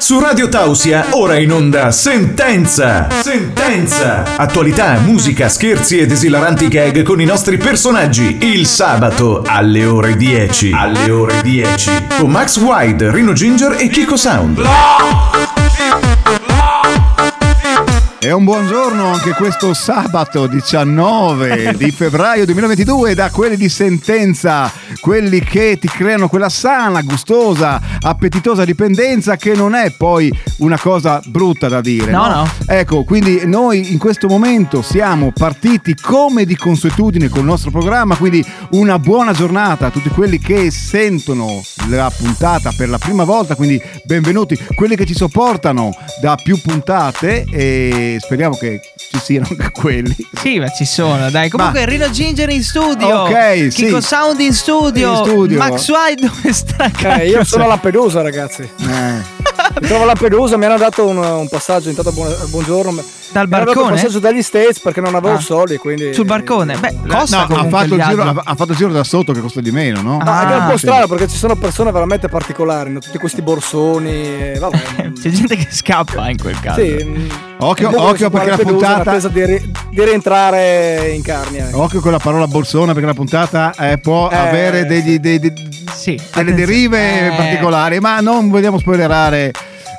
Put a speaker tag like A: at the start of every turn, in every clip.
A: Su Radio Tausia, ora in onda Sentenza! Sentenza! Attualità, musica, scherzi ed esilaranti gag con i nostri personaggi. Il sabato alle ore 10. Alle ore 10. Con Max Wide, Rino Ginger e Kiko Sound.
B: E un buongiorno anche questo sabato 19 di febbraio 2022 da quelli di sentenza, quelli che ti creano quella sana, gustosa, appetitosa dipendenza che non è poi una cosa brutta da dire.
C: No, no.
B: Ecco, quindi noi in questo momento siamo partiti come di consuetudine col nostro programma, quindi una buona giornata a tutti quelli che sentono la puntata per la prima volta, quindi benvenuti quelli che ci sopportano da più puntate e speriamo che ci siano anche quelli.
C: Sì, ma ci sono, dai. Comunque,
B: Ma-
C: Rino Ginger in studio.
B: Ok, sì.
C: Kiko Sound in studio.
B: In studio.
C: Max White dove sta?
D: Eh, io sono alla Pedusa, ragazzi.
B: Eh,
D: Mi trovo alla Pedusa, mi hanno dato un, un passaggio, intanto buona- buongiorno. Mi
C: Dal
D: hanno dato un
C: barcone?
D: passaggio dagli States perché non avevo
C: Ah.
D: soldi, quindi...
C: Sul barcone? Beh, costa
B: no, ha
C: comunque
B: fatto, il
C: viaggio.
B: giro, ha- ha fatto il giro da sotto che costa di meno, no?
D: No, è che è un
C: Ah,
D: po'
B: sì.
D: strano perché ci sono persone veramente particolari, hanno tutti questi borsoni, eh, vabbè.
C: C'è gente che scappa in quel caso.
D: Sì, mm,
B: Occhio-
D: comunque
B: occhio
D: sono qua
B: perché
D: alla
B: la
D: Pedusa in
B: puntata- Oh.
D: attesa di, ri- di rientrare in carne. eh.
B: Occhio con la parola borsona perché la puntata eh, può
D: Eh,
B: avere degli- dei- dei-
C: Sì,
B: delle
C: attenzione.
B: derive
C: Eh,
B: particolari, ma non vogliamo spoilerare.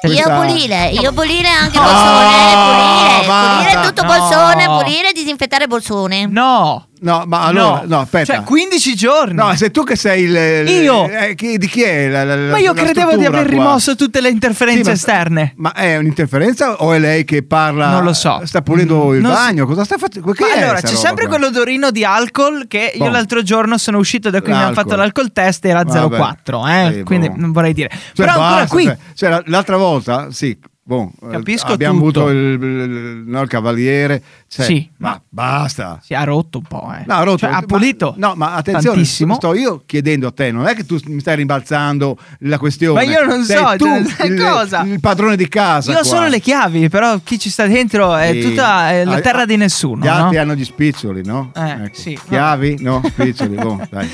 E: Io
B: questa-
E: pulire, io pulire anche
B: No,
E: bolsone, pulire,
B: basta.
E: pulire tutto
C: No.
E: bolsone, pulire e disinfettare bolsone.
C: No.
B: No, ma allora, no,
C: no
B: aspetta.
C: Cioè, 15 giorni.
B: No, sei tu che sei il. il-
C: Io?
B: eh, chi- di chi è? la- la- la-
C: ma io
B: la
C: credevo di
B: struttura
C: aver
B: qua?
C: rimosso tutte le interferenze
B: Sì, ma-
C: esterne.
B: Ma è un'interferenza o è lei che parla?
C: Non lo so. Mm,
B: Sta pulendo il
C: Non so.
B: bagno? Cosa sta facendo? Che
C: Ma
B: è
C: allora,
B: sta
C: c'è
B: roba
C: sempre
B: qua?
C: quell'odorino di alcol che io
B: Boh.
C: l'altro giorno sono uscito da qui, mi hanno
B: L'alcol.
C: fatto l'alcol test e era
B: Vabbè.
C: 0,4, eh?
B: Sì,
C: quindi
B: boh.
C: non vorrei dire.
B: Cioè,
C: Però ancora
B: basta,
C: qui.
B: cioè, cioè, la- l'altra volta, sì. Boh, eh,
C: Capisco
B: abbiamo
C: tutto.
B: avuto il, il- no, il cavaliere. cioè,
C: Sì.
B: Ma basta.
C: Si è rotto un po', eh.
B: No, ha rotto.
C: Cioè, ha
B: Ma-
C: pulito.
B: no, ma attenzione,
C: tantissimo.
B: sto io chiedendo a te, non è che tu mi stai rimbalzando la questione.
C: Ma io non
B: Sei
C: so,
B: tu
C: cioè,
B: il,
C: cosa?
B: il padrone di casa.
C: Io ho solo le chiavi, però chi ci sta dentro è tutta è la terra di nessuno.
B: Ah, Gli altri
C: no?
B: hanno gli spiccioli, no? Ecco.
C: Eh, sì,
B: Chiavi? No, spiccioli, boh, dai.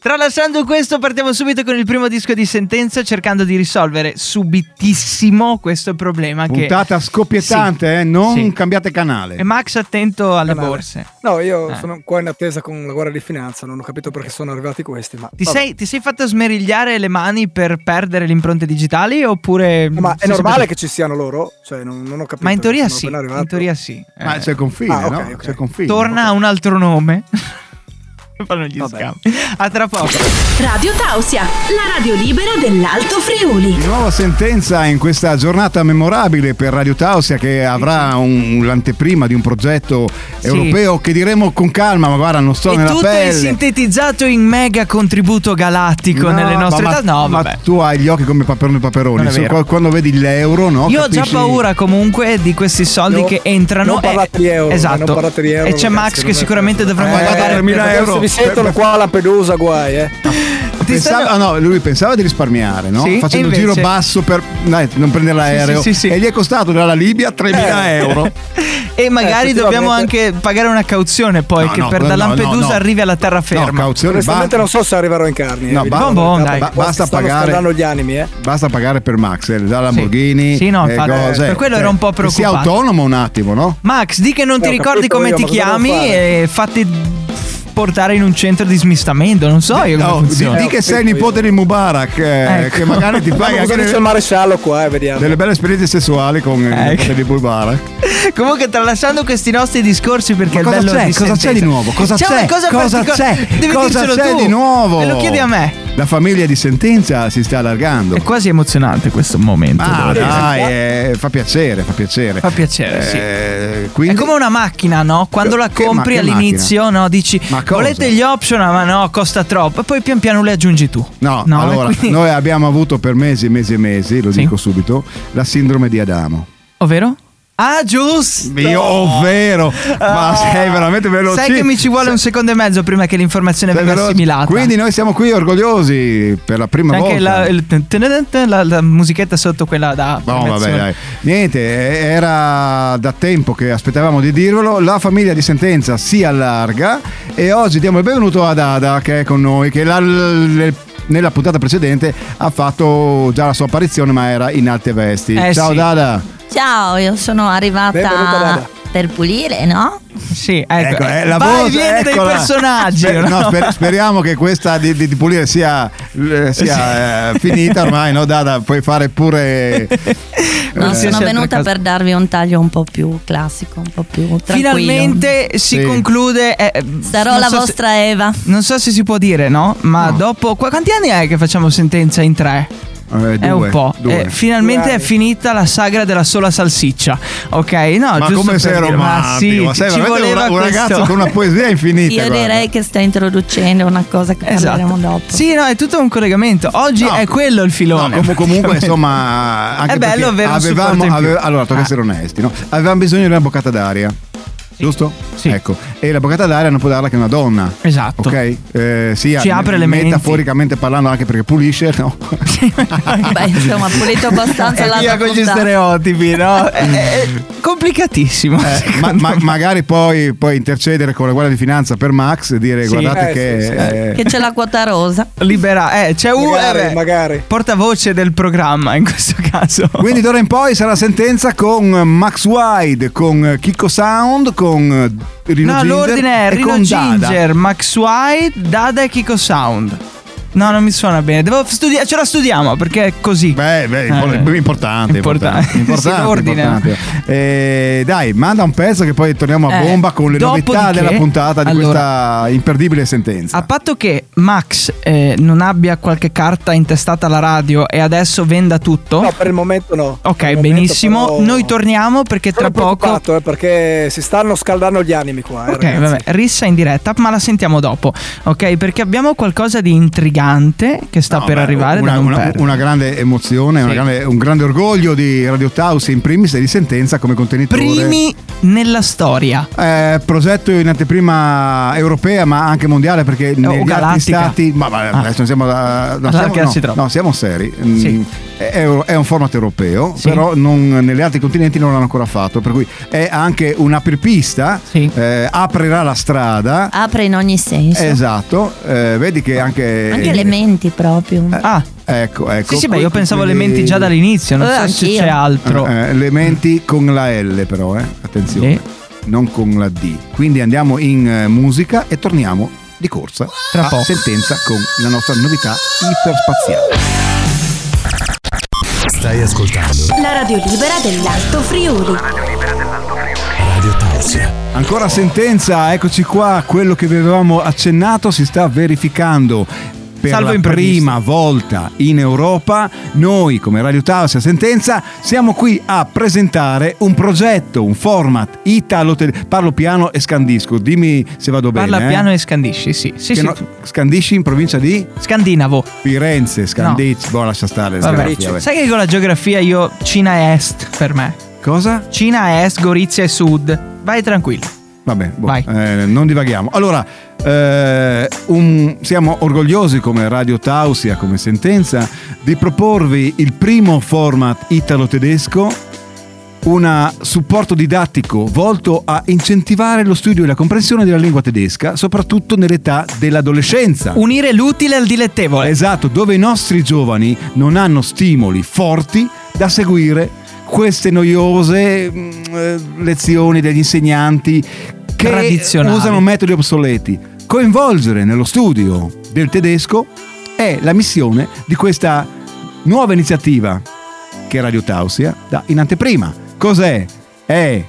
C: Tralasciando questo, partiamo subito con il primo disco di sentenza, cercando di risolvere subitissimo questo problema.
B: Puntata
C: che...
B: scoppiettante, eh, non
C: Sì. Eh,
B: cambiate canale.
C: E Max attento alle
D: Canale.
C: borse.
D: No, io
C: Eh.
D: sono qua in attesa con la Guardia di Finanza, non ho capito perché sono arrivati questi, ma...
C: Ti
D: vabbè.
C: sei, ti sei fatto smerigliare le mani per perdere le impronte digitali oppure...
D: No, Ma è
C: sei
D: normale
C: sempre-
D: che ci siano loro? Cioè, non, non ho capito.
C: Ma in teoria
D: sono
C: sì,
D: appena
C: in
D: arrivato.
C: teoria sì.
B: Ma
C: Eh,
B: c'è il confine,
D: Ah, ok,
B: no?
D: ok.
B: C'è il confine.
C: torna a un altro nome. Fanno gli
D: Vabbè.
C: scambi. A tra poco.
F: Radio Tausia, la radio libera dell'Alto Friuli.
B: Di nuovo sentenza in questa giornata memorabile per Radio Tausia che avrà un- l'anteprima di un progetto europeo che diremo con calma, ma guarda non sto
C: E
B: nella
C: tutto è
B: pelle.
C: sintetizzato in mega contributo galattico nelle
B: No,
C: nostre
B: ma,
C: età. No,
B: ma
C: vabbè.
B: tu hai gli occhi come paperoni
C: Non
B: paperoni.
C: è
B: Se-
C: vero.
B: quando vedi l'euro, no?
C: Io ho già
B: Capisci?
C: paura comunque di questi soldi
D: No,
C: che entrano.
D: non parlate di euro,
C: Esatto.
D: non parlate di euro,
C: e c'è
D: ragazzi,
C: Max
D: non
C: che
D: è-
C: sicuramente dovrà
B: Eh,
C: pagare.
B: guarda, 1000
D: Se
B: euro.
D: Mi sentono qua alla Pedusa, guai, eh.
C: Ti
B: Pensava-
C: stanno-
B: ah, no, lui pensava di risparmiare, no?
C: Sì,
B: Facendo
C: e
B: un giro
C: invece-
B: basso per dai, non prendere l'aereo.
C: sì, sì, sì.
B: E gli è costato dalla Libia 3.000
D: Eh.
B: euro.
C: E magari
D: Eh,
C: dobbiamo
D: effettivamente-
C: anche pagare una cauzione poi
B: No,
C: che
B: no,
C: per da
B: no, no,
C: Lampedusa
B: no.
C: arrivi alla terraferma.
B: No, cauzione
D: Onestamente
B: ba-
D: non so se arriverò in carne.
B: No,
D: eh,
B: ba-
D: vi dico
C: Bon, bon,
D: la
C: dai.
D: verità.
B: ba-
D: Qua
B: basta
D: si stanno
B: pagare-
D: scaldando gli animi, eh.
B: Basta pagare per Max, eh, già Lamborghini.
C: Sì, no,
B: eh,
C: infatti,
B: cose.
C: per quello ero un po'
B: che Sia
C: preoccupato.
B: autonomo un attimo, no?
C: Max, di che non ti
D: Eh, ho
C: ricordi
D: capito
C: come
D: io,
C: ti
D: ma cosa devo
C: chiami
D: fare?
C: e fatti portare in un centro di smistamento. Non so io come
B: No, di,
C: funziona.
B: di che sei il nipote di Mubarak, eh,
C: Ecco.
B: che magari ti fai
D: Ma
B: anche
D: cosa dice
B: delle,
D: il maresciallo qua, eh, vediamo.
B: delle belle esperienze sessuali con il
C: Ecco.
B: nipote di Mubarak.
C: Comunque, tralasciando questi nostri discorsi, perché
B: Ma
C: è il
B: cosa
C: bello
B: c'è?
C: Diciamo di
B: Cosa c'è di
C: Sentenza.
B: nuovo? Cosa c'è?
C: una cosa
B: cosa
C: particolare.
B: c'è?
C: Devi
B: cosa
C: dircelo
B: c'è
C: tu.
B: di nuovo?
C: Me lo chiedi a me.
B: La famiglia di sentenza si sta allargando.
C: È quasi emozionante questo momento.
B: Ah,
C: devo dire.
B: dai, eh, fa piacere, fa piacere.
C: Fa piacere, sì.
B: Eh,
C: È
B: quindi-
C: come una macchina, no? Quando la
B: Che-
C: compri
B: ma che
C: all'inizio, no? Dici,
B: Ma cosa?
C: volete gli option? Ah, Ma no, costa troppo. E poi pian piano le aggiungi tu.
B: No,
C: E
B: allora,
C: quindi-
B: noi abbiamo avuto per mesi e mesi e mesi, lo
C: Sì.
B: dico subito, la sindrome di Adamo.
C: Ovvero? Ah, giusto!
B: Io, ovvero, ma sei veramente veloce.
C: Ah. Sai che mi ci vuole un secondo e mezzo prima che l'informazione
B: Sei
C: venga
B: veloce.
C: assimilata.
B: Quindi noi siamo qui orgogliosi per la prima
C: C'è anche
B: volta.
C: la, il ten- ten- ten- la- la musichetta sotto quella da.
B: No, vabbè,
C: premiazione.
B: dai. Niente, eh, era da tempo che aspettavamo di dirvelo. La famiglia di sentenza si allarga e oggi diamo il benvenuto ad Ada che è con noi, che è la- l- nella puntata precedente ha fatto già la sua apparizione, ma era in alte vesti.
C: Eh,
B: Ciao
C: sì.
B: Dada.
E: Ciao, io sono
D: Benvenuta, Dada.
E: arrivata per pulire, no?
C: Sì, ecco.
B: Ecco, eh, la
C: Vai
B: voce,
C: e viene
B: eccola.
C: dei personaggi.
B: Sper-
C: no?
B: no, sper- speriamo che questa di, di- di pulire sia, eh, sia, eh, finita ormai, no Dada? Puoi fare pure... eh,
E: No,
C: Qualsiasi
E: sono
C: altra
E: venuta
C: cosa.
E: per darvi un taglio un po' più classico, un po' più tranquillo.
C: Finalmente si
B: Sì.
C: conclude. eh,
E: Sarò
C: non
E: la
C: so se-
E: vostra Eva.
C: non so se si può dire, no? Ma dopo. qua- quanti anni è che facciamo sentenza in tre?
B: Eh,
C: è
B: due,
C: un po'.
B: due.
C: Eh, finalmente
D: Due
C: è
D: anni.
C: finita la sagra della sola salsiccia. Ok, no,
B: ma
C: giusto
B: come
C: per
B: sei
C: dire, Ma sì,
B: romantico, ma sei
C: ci
B: veramente un,
C: voleva
B: un
C: questo.
B: ragazzo con una poesia infinita.
E: Io
B: guarda.
E: direi che sto introducendo una cosa che parleremo
C: Esatto.
E: dopo.
C: Sì, no, è tutto un collegamento. Oggi
B: No.
C: è quello il
B: No,
C: filone.
B: com- comunque, insomma, anche
C: È
B: perché
C: bello avere un
B: avevamo,
C: supporto in più.
B: ave- allora, tocca
C: Ah.
B: essere onesti, no? Avevamo bisogno di una boccata d'aria, giusto?
C: Sì.
B: Ecco, e la boccata d'aria non può darla che una donna.
C: Esatto.
B: Ok? Eh, sia
C: Ci apre le menti.
B: metaforicamente parlando anche perché pulisce, no?
E: Beh, insomma, pulito abbastanza
C: E
E: la
C: via con gli stereotipi, no? È, è complicatissimo.
B: Eh, ma- ma- magari poi, poi intercedere con la Guardia di Finanza per Max e dire
C: Sì.
B: guardate
D: Eh,
B: che...
D: sì, sì.
B: eh,
E: Che c'è la quota rosa.
C: Libera, eh, c'è un
D: Magari,
C: eh, beh,
D: magari.
C: portavoce del programma in questo caso.
B: Quindi d'ora in poi sarà sentenza con Max Wide, con Kiko Sound, con Rino
C: no,
B: Ginger
C: l'ordine è
B: e
C: Rino
B: con Dada.
C: Ginger, Max White, Dada e Kiko Sound. No, non mi suona bene. Devo studiare, ce la studiamo perché è così.
B: Beh, beh,
C: Eh.
B: impo- importante, importante,
C: Importante.
B: importante.
C: Sì, l'ordine.
B: importante. Eh, dai, manda un pezzo che poi torniamo a
C: Eh,
B: bomba con le novità
C: dopodiché-
B: della puntata di
C: allora-
B: questa imperdibile sentenza.
C: A patto che Max eh, non abbia qualche carta intestata alla radio e adesso venda tutto.
D: No, per il momento no. Per il
C: ok,
D: momento
C: benissimo.
D: però-
C: Noi torniamo perché
D: Sono
C: tra poco.
D: preoccupato, eh, perché si stanno scaldando gli animi qua. eh,
C: Ok,
D: ragazzi.
C: vabbè, rissa in diretta, ma la sentiamo dopo. Ok, perché abbiamo qualcosa di intrigante che sta
B: No,
C: per
B: beh,
C: arrivare.
B: una,
C: da non
B: una-
C: perdere.
B: una grande emozione, una
C: Sì.
B: grande- un grande orgoglio di Radio Taus in primis e di sentenza come contenitore.
C: Primi nella storia.
B: Eh, progetto in anteprima europea ma anche mondiale perché negli altri
C: Eh, galattica.
B: stati ma, ma
C: Ah.
B: adesso non siamo, da- no, siamo,
C: Allargarsi
B: no,
C: troppo.
B: no, siamo seri Mm,
C: Sì.
B: è, è un format europeo
C: Sì.
B: però non- negli altri continenti non l'hanno ancora fatto per cui è anche un'apripista
C: Sì. Ah,
B: eh, aprirà la strada
E: Apre in ogni senso.
B: esatto eh, vedi che anche
E: Anche le menti proprio.
D: Eh,
C: Ah,
B: ecco ecco
C: sì, sì, beh, io pensavo alle
B: Quindi-
C: menti già dall'inizio. Non
E: Eh,
C: so se
E: anch'io.
C: c'è altro.
B: Eh, eh, le menti con la L però eh. attenzione
C: Sì.
B: non con la D. Quindi andiamo in eh, musica e torniamo di corsa
C: Tra
B: a
C: poco.
B: sentenza con la nostra novità iperspaziale.
G: Stai ascoltando
F: La radio libera dell'Alto Friuli.
G: Radio Tausia.
B: Ancora sentenza, eccoci qua, quello che vi avevamo accennato si sta verificando. Per
C: Salvo
B: la
C: imprevisti.
B: prima volta in Europa, noi come Radio Taos e Sentenza siamo qui a presentare un progetto, un format italo Parlo piano e scandisco, dimmi se vado bene.
C: Parla
B: eh.
C: piano e scandisci. Sì, sì,
B: Che
C: sì.
B: no- Scandisci in provincia di?
C: Scandinavo.
B: Firenze, Scandicci, boh lascia stare,
C: Vabbè.
B: scherzi, vabbè.
C: Sai che con la geografia io Cina è est per me.
B: Cosa?
C: Cina è est, Gorizia è sud. Vai tranquillo.
B: Vabbè, boh,
C: Vai.
B: eh, non divaghiamo. Allora, eh, un- siamo orgogliosi come Radio Tausia, come sentenza, di proporvi il primo format italo-tedesco, un supporto didattico volto a incentivare lo studio e la comprensione della lingua tedesca, soprattutto nell'età dell'adolescenza.
C: Unire l'utile al dilettevole.
B: Esatto, dove i nostri giovani non hanno stimoli forti da seguire queste noiose mm, eh, lezioni degli insegnanti che
C: Tradizionali.
B: usano metodi obsoleti. Coinvolgere nello studio del tedesco è la missione di questa nuova iniziativa che Radio Tausia dà in anteprima. Cos'è? È,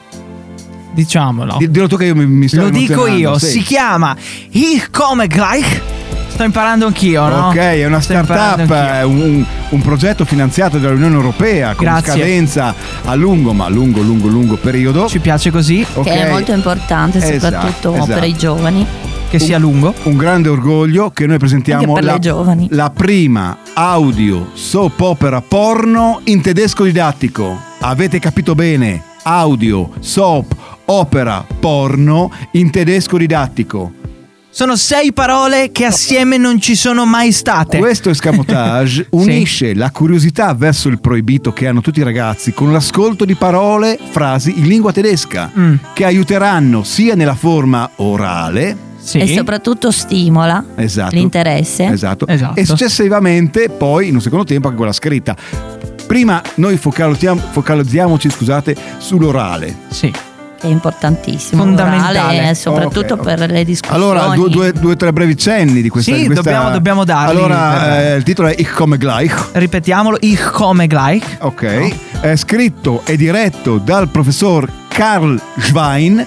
C: Diciamolo.
B: di- dillo tu che io mi, mi sto
C: Oh. Lo dico
B: emozionando,
C: io,
B: sì.
C: si chiama Ich komme gleich. Sto imparando anch'io, no?
B: Ok, è una
C: Sto imparando
B: startup,
C: anch'io.
B: è un, un progetto finanziato dall'Unione Europea con
C: Grazie.
B: scadenza a lungo, ma lungo, lungo, lungo periodo.
C: Ci piace così,
B: Ok.
E: Che è molto importante,
B: Esatto,
E: soprattutto
B: esatto.
E: per i giovani.
C: che sia lungo.
B: Un grande orgoglio che noi
E: Anche
B: presentiamo
E: per
B: la,
E: le giovani.
B: la prima audio soap opera porno in tedesco didattico. Avete capito bene? Audio soap opera porno in tedesco didattico.
C: Sono sei parole che assieme non ci sono mai state.
B: Questo escamotage unisce la curiosità verso il proibito che hanno tutti i ragazzi con l'ascolto di parole, frasi in lingua tedesca
C: Mm.
B: che aiuteranno sia nella forma orale
C: Sì.
E: e soprattutto stimola
B: Esatto.
E: l'interesse.
B: Esatto.
C: Esatto.
B: E successivamente, poi, in un secondo tempo, anche quella scritta. Prima noi focalizziamo- focalizziamoci, scusate, sull'orale.
C: Sì.
E: Che è importantissimo.
C: Fondamentale.
E: l'orale, eh, soprattutto
B: Ok, ok.
E: per le discussioni.
B: Allora, due, due, due o tre brevi cenni di questa
C: Sì,
B: di questa-
C: dobbiamo- dobbiamo darli.
B: Allora,
C: Eh.
B: eh, il titolo è Ich komme gleich.
C: Ripetiamolo, ich come gleich.
B: Ok. È scritto e diretto dal professor Karl Schwein.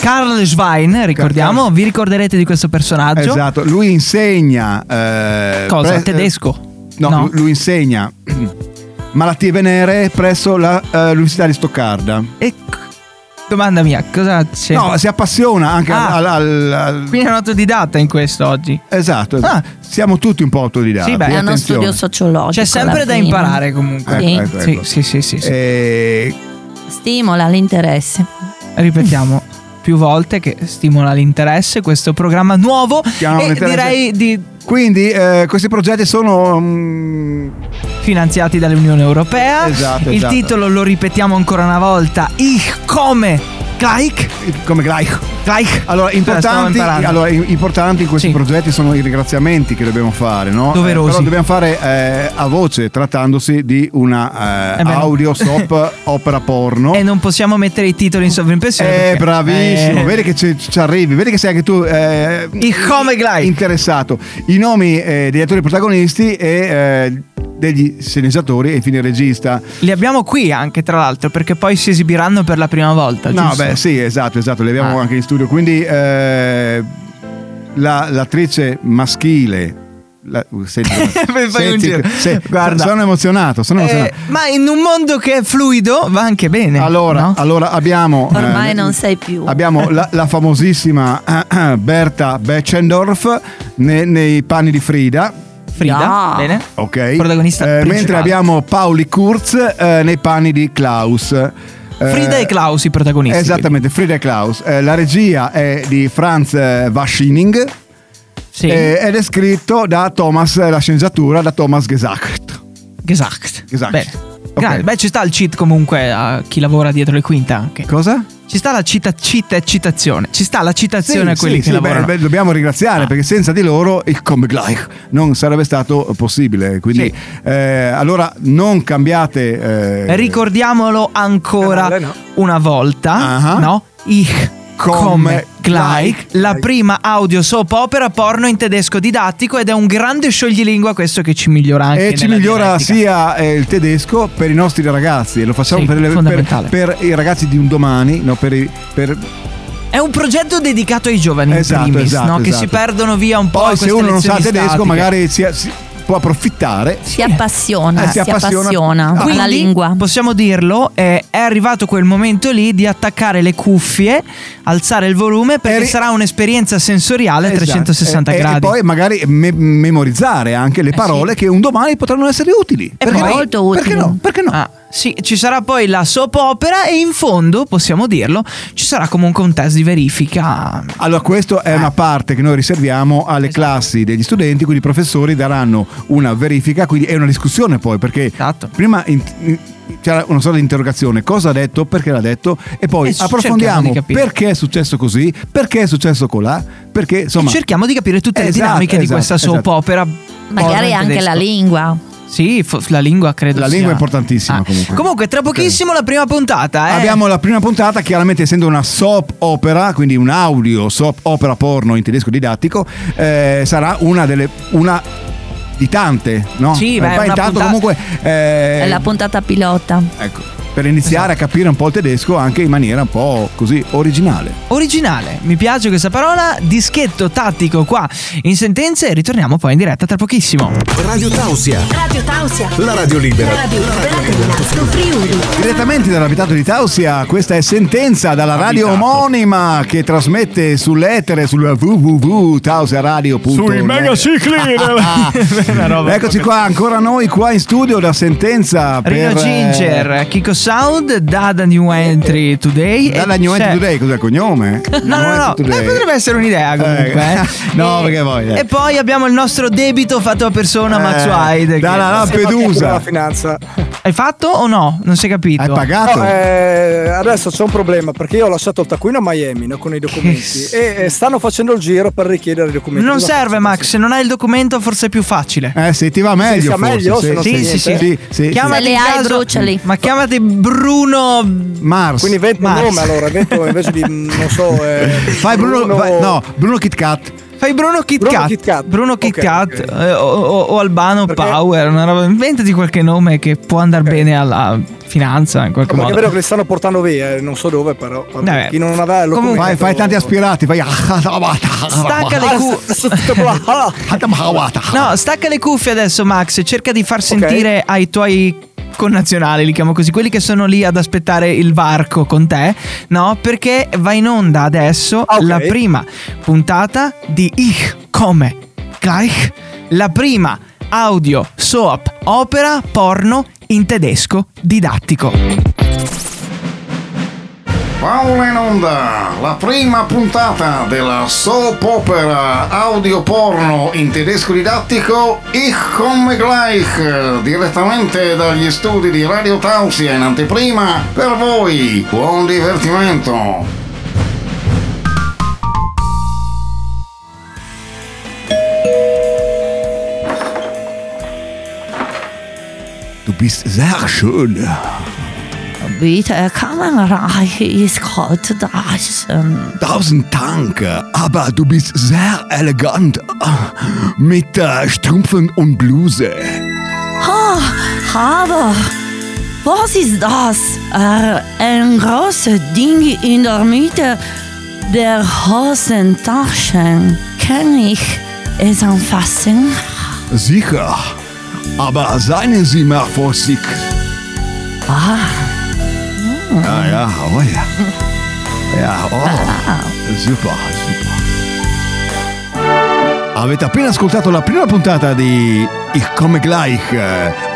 C: Karl Schwein, ricordiamo, vi ricorderete di questo personaggio?
B: Esatto. Lui insegna. eh,
C: Cosa?
B: pre- eh,
C: Tedesco?
B: No,
C: No.
B: lui- lui insegna malattie venere presso la, eh, l'Università di Stoccarda.
C: E c- domanda mia, cosa c'è?
B: No, si appassiona anche
C: Ah.
B: al, al- al-
C: Quindi è un autodidatta in questo oggi.
B: Esatto, esatto.
C: Ah.
B: siamo tutti un po' autodidatti.
C: Sì, beh,
E: È uno
B: attenzione.
E: studio sociologico.
C: C'è sempre
E: alla
C: da
E: fine.
C: imparare comunque.
E: Sì.
B: Ecco, ecco,
C: Sì,
B: ecco.
C: sì, sì, sì, sì.
B: Eh,
E: Stimola l'interesse.
C: Ripetiamo più volte che stimola l'interesse questo programma nuovo
B: Chiama
C: e
B: l'interesse.
C: Eh, direi di
B: quindi eh, questi progetti sono mm,
C: finanziati dall'Unione Europea.
B: Esatto,
C: Il
B: esatto.
C: titolo lo ripetiamo ancora una volta. Ich come gleich.
B: come gleich.
C: Gleich.
B: Allora,
C: stavo
B: importanti,
C: imparando.
B: allora, i- importanti in questi
C: Sì.
B: progetti sono i ringraziamenti che dobbiamo fare, no?
C: Doverosi.
B: Eh, però dobbiamo fare eh, a voce, trattandosi di una eh,
C: Eh beh, no.
B: audio soap opera porno.
C: E non possiamo mettere i titoli in sovrimpressione.
B: Eh,
C: perché-
B: bravissimo,
C: Eh,
B: vedi che ci, ci arrivi, vedi che sei anche tu eh,
C: Ich komme gleich.
B: interessato. I nomi eh, degli attori protagonisti e eh, degli sceneggiatori e infine il regista.
C: Li abbiamo qui anche, tra l'altro, perché poi si esibiranno per la prima volta.
B: No,
C: giusto?
B: beh, sì, esatto, esatto, li abbiamo
C: Ah.
B: anche in studio. Quindi eh, la- l'attrice maschile. la- uh, senti,
C: Fai un
B: senti-
C: giro.
B: se-
C: Guarda.
B: sono emozionato, sono
C: Eh,
B: emozionato.
C: ma in un mondo che è fluido va anche bene.
B: Allora,
C: no?
B: allora abbiamo.
E: Ormai
B: eh,
E: non sei più.
B: Abbiamo la, la famosissima eh, eh, Berta Becchendorf ne- nei panni di Frida.
C: Frida,
E: No.
C: bene.
B: Ok.
C: Protagonista
B: Eh,
C: principale.
B: mentre abbiamo Paoli Kurz eh, nei panni di Klaus. Eh,
C: Frida e Klaus i protagonisti.
B: Esattamente, Frida e Klaus. Eh, la regia è di Franz eh, Waschining
C: quindi. Sì.
B: eh, ed è scritto da Thomas, eh, la sceneggiatura da Thomas Gesacht.
C: Gesagt.
B: Gesagt.
C: Bene.
B: Ok.
C: Grande. Beh, ci sta il cheat comunque a chi lavora dietro le quinte anche.
B: Cosa?
C: Ci sta la cita, cita e citazione. Ci sta la citazione a quelli che
B: sì,
C: lavorano.
B: beh, beh, dobbiamo ringraziare
C: Ah.
B: perché senza di loro il Comic Life non sarebbe stato possibile. Quindi,
C: Sì.
B: eh, allora non cambiate. eh,
C: Ricordiamolo ancora
D: Eh, no, lei no.
C: una volta,
B: Ah.
C: no? Ich
B: Come
C: come gleich,
B: gleich.
C: la prima audio soap opera porno in tedesco didattico ed è un grande scioglilingua questo che ci migliora anche
B: e ci
C: nella
B: migliora
C: dialettica.
B: sia eh, il tedesco per i nostri ragazzi e lo facciamo
C: Sì,
B: per, le- per-
C: fondamentale.
B: per i ragazzi di un domani, no, per i- per-
C: È un progetto dedicato ai giovani in
B: Esatto,
C: primis,
B: esatto,
C: no? che si
B: esatto.
C: perdono via un po'
B: poi se
C: queste
B: uno non sa
C: lezioni
B: tedesco
C: statiche.
B: magari si, si può approfittare.
E: Si appassiona,
B: Eh, si
E: si,
B: appassiona.
E: appassiona,
B: Ah.
E: alla
C: Quindi,
E: lingua.
C: Possiamo dirlo, eh, è arrivato quel momento lì di attaccare le cuffie, alzare il volume perché
B: Eri-
C: sarà un'esperienza sensoriale a
B: Esatto.
C: 360
B: E- e-
C: gradi. Eh,
B: E poi magari me- memorizzare anche le parole che un domani potranno essere utili. Perché
E: poi-
B: no?
E: Molto
B: Perché
E: utili.
B: no? Perché no?
C: Ah, sì, ci sarà poi la soap opera e in fondo, possiamo dirlo, ci sarà comunque un test di verifica.
B: Allora, questa è una parte che noi riserviamo alle
C: Eh. Esatto.
B: classi degli studenti, quindi i professori daranno una verifica, quindi è una discussione poi, perché
C: Esatto.
B: prima in- in- c'era una sorta di interrogazione, cosa ha detto, perché l'ha detto, e poi
C: E ci cerchiamo
B: approfondiamo
C: di capire.
B: perché è successo così, perché è successo colà, perché insomma...
C: E cerchiamo di capire tutte le
B: Esatto,
C: dinamiche di
B: esatto,
C: questa soap
B: esatto.
C: opera.
E: Magari
C: porno
E: anche la
C: tedesco.
E: lingua.
C: Sì, fo- la lingua credo.
B: La
C: sia- Ah.
B: lingua è importantissima, comunque.
C: tra pochissimo la prima puntata. eh.
B: Abbiamo la prima puntata, chiaramente essendo una soap opera, quindi un audio soap opera porno in tedesco didattico, eh, sarà una delle... Una di tante, no?
C: Sì,
B: Eh,
C: beh, è
B: poi
C: una
B: intanto
C: puntata-
B: comunque... eh,
E: È la puntata pilota.
B: Ecco, per iniziare a capire un po' il tedesco anche in maniera un po' così originale.
C: Originale, mi piace questa parola. Dischetto tattico qua in sentenze. Ritorniamo poi in diretta tra pochissimo.
G: Radio Tausia,
F: Radio Tausia.
G: la radio libera.
F: La radio libera dell'Alto Friuli.
B: Direttamente dall'abitato di Tausia, questa è Sentenza dalla radio omonima che trasmette sull'etere sulla www.tausiaradio.net. Sui mega cicli. Eccoci qua, ancora noi qua in studio da Sentenza per
C: Rino
B: eh,
C: Ginger, Chico Sound da The New Entry Today.
B: Dalla
C: E
B: New
C: c'è-
B: Entry Today, cos'è il cognome?
C: Cioè- No,
B: New
C: no, no,
B: Entry
C: eh,
B: Today.
C: potrebbe essere un'idea comunque. eh.
B: Eh, no, perché poi, eh.
C: E poi abbiamo il nostro debito fatto a persona
B: Eh,
C: Max Wide. che-
B: dalla
D: La
B: Lampedusa.
D: finanza.
C: Hai fatto o no? Non si è capito.
B: Hai pagato?
D: No, eh, adesso c'è un problema perché io ho lasciato il taccuino a Miami no, con i documenti
C: s-
D: e eh, stanno facendo il giro per richiedere i documenti.
C: Non
D: Cosa
C: serve
D: faccio?
C: Max, se non hai il documento forse è più facile.
B: Eh, se ti va meglio,
D: sta
B: forse,
D: meglio, se non
C: Sì, sì, sì.
B: sì, sì.
C: Chiamati
E: Se le
C: in
E: hai,
C: caso-
E: bruciali.
C: Ma chiamati Bruno.
B: Mars.
D: Quindi vento
C: Mars.
D: un nome allora, vento invece di non so. eh,
B: Fai Bruno, fai- no, Bruno Kit Kat.
C: Fai Bruno Kit
D: Bruno
C: Kat.
D: Kit Kat.
C: Bruno
D: Ok,
C: Kit Kat,
D: ok.
C: eh, o, o- o Albano
D: Perché-
C: Power. Una roba. Inventati qualche nome che può andare bene alla finanza in qualche
D: No, perché è vero
C: modo.
D: che li stanno portando via, eh, non so dove, però. vabbè,
C: Vabbè.
D: Chi non aveva il
C: Comunque-
D: documento- Ah,
B: Fai, fai tanti aspirati, fai. Stacca
C: Stacca le, cu- no, stacca le cuffie adesso, Max. e Cerca di far sentire ai tuoi connazionali, li chiamo così, quelli che sono lì ad aspettare il varco con te, no? Perché va in onda adesso
D: Ah, ok.
C: la prima puntata di Ich come gleich, la prima audio soap opera porno in tedesco didattico.
H: Paola in onda, la prima puntata della soap opera audio porno in tedesco didattico Ich komme gleich, direttamente dagli studi di Radio Tausia in anteprima per voi. Buon divertimento!
B: Du bist sehr schön.
E: Bitte kann reich ist Gott das.
B: Tausend Dank, aber du bist sehr elegant. ah, Mit äh, Strümpfen und Bluse.
E: Ah, aber was ist das? Äh, ein großes Ding in der Mitte der Hosentaschen. Kann ich es anfassen?
B: Sicher. Aber seien Sie mal vorsichtig.
E: Ah,
B: Ja, ja, oh ja. Ja, oh. Super, super. Avete appena ascoltato la prima puntata di Ich komme gleich.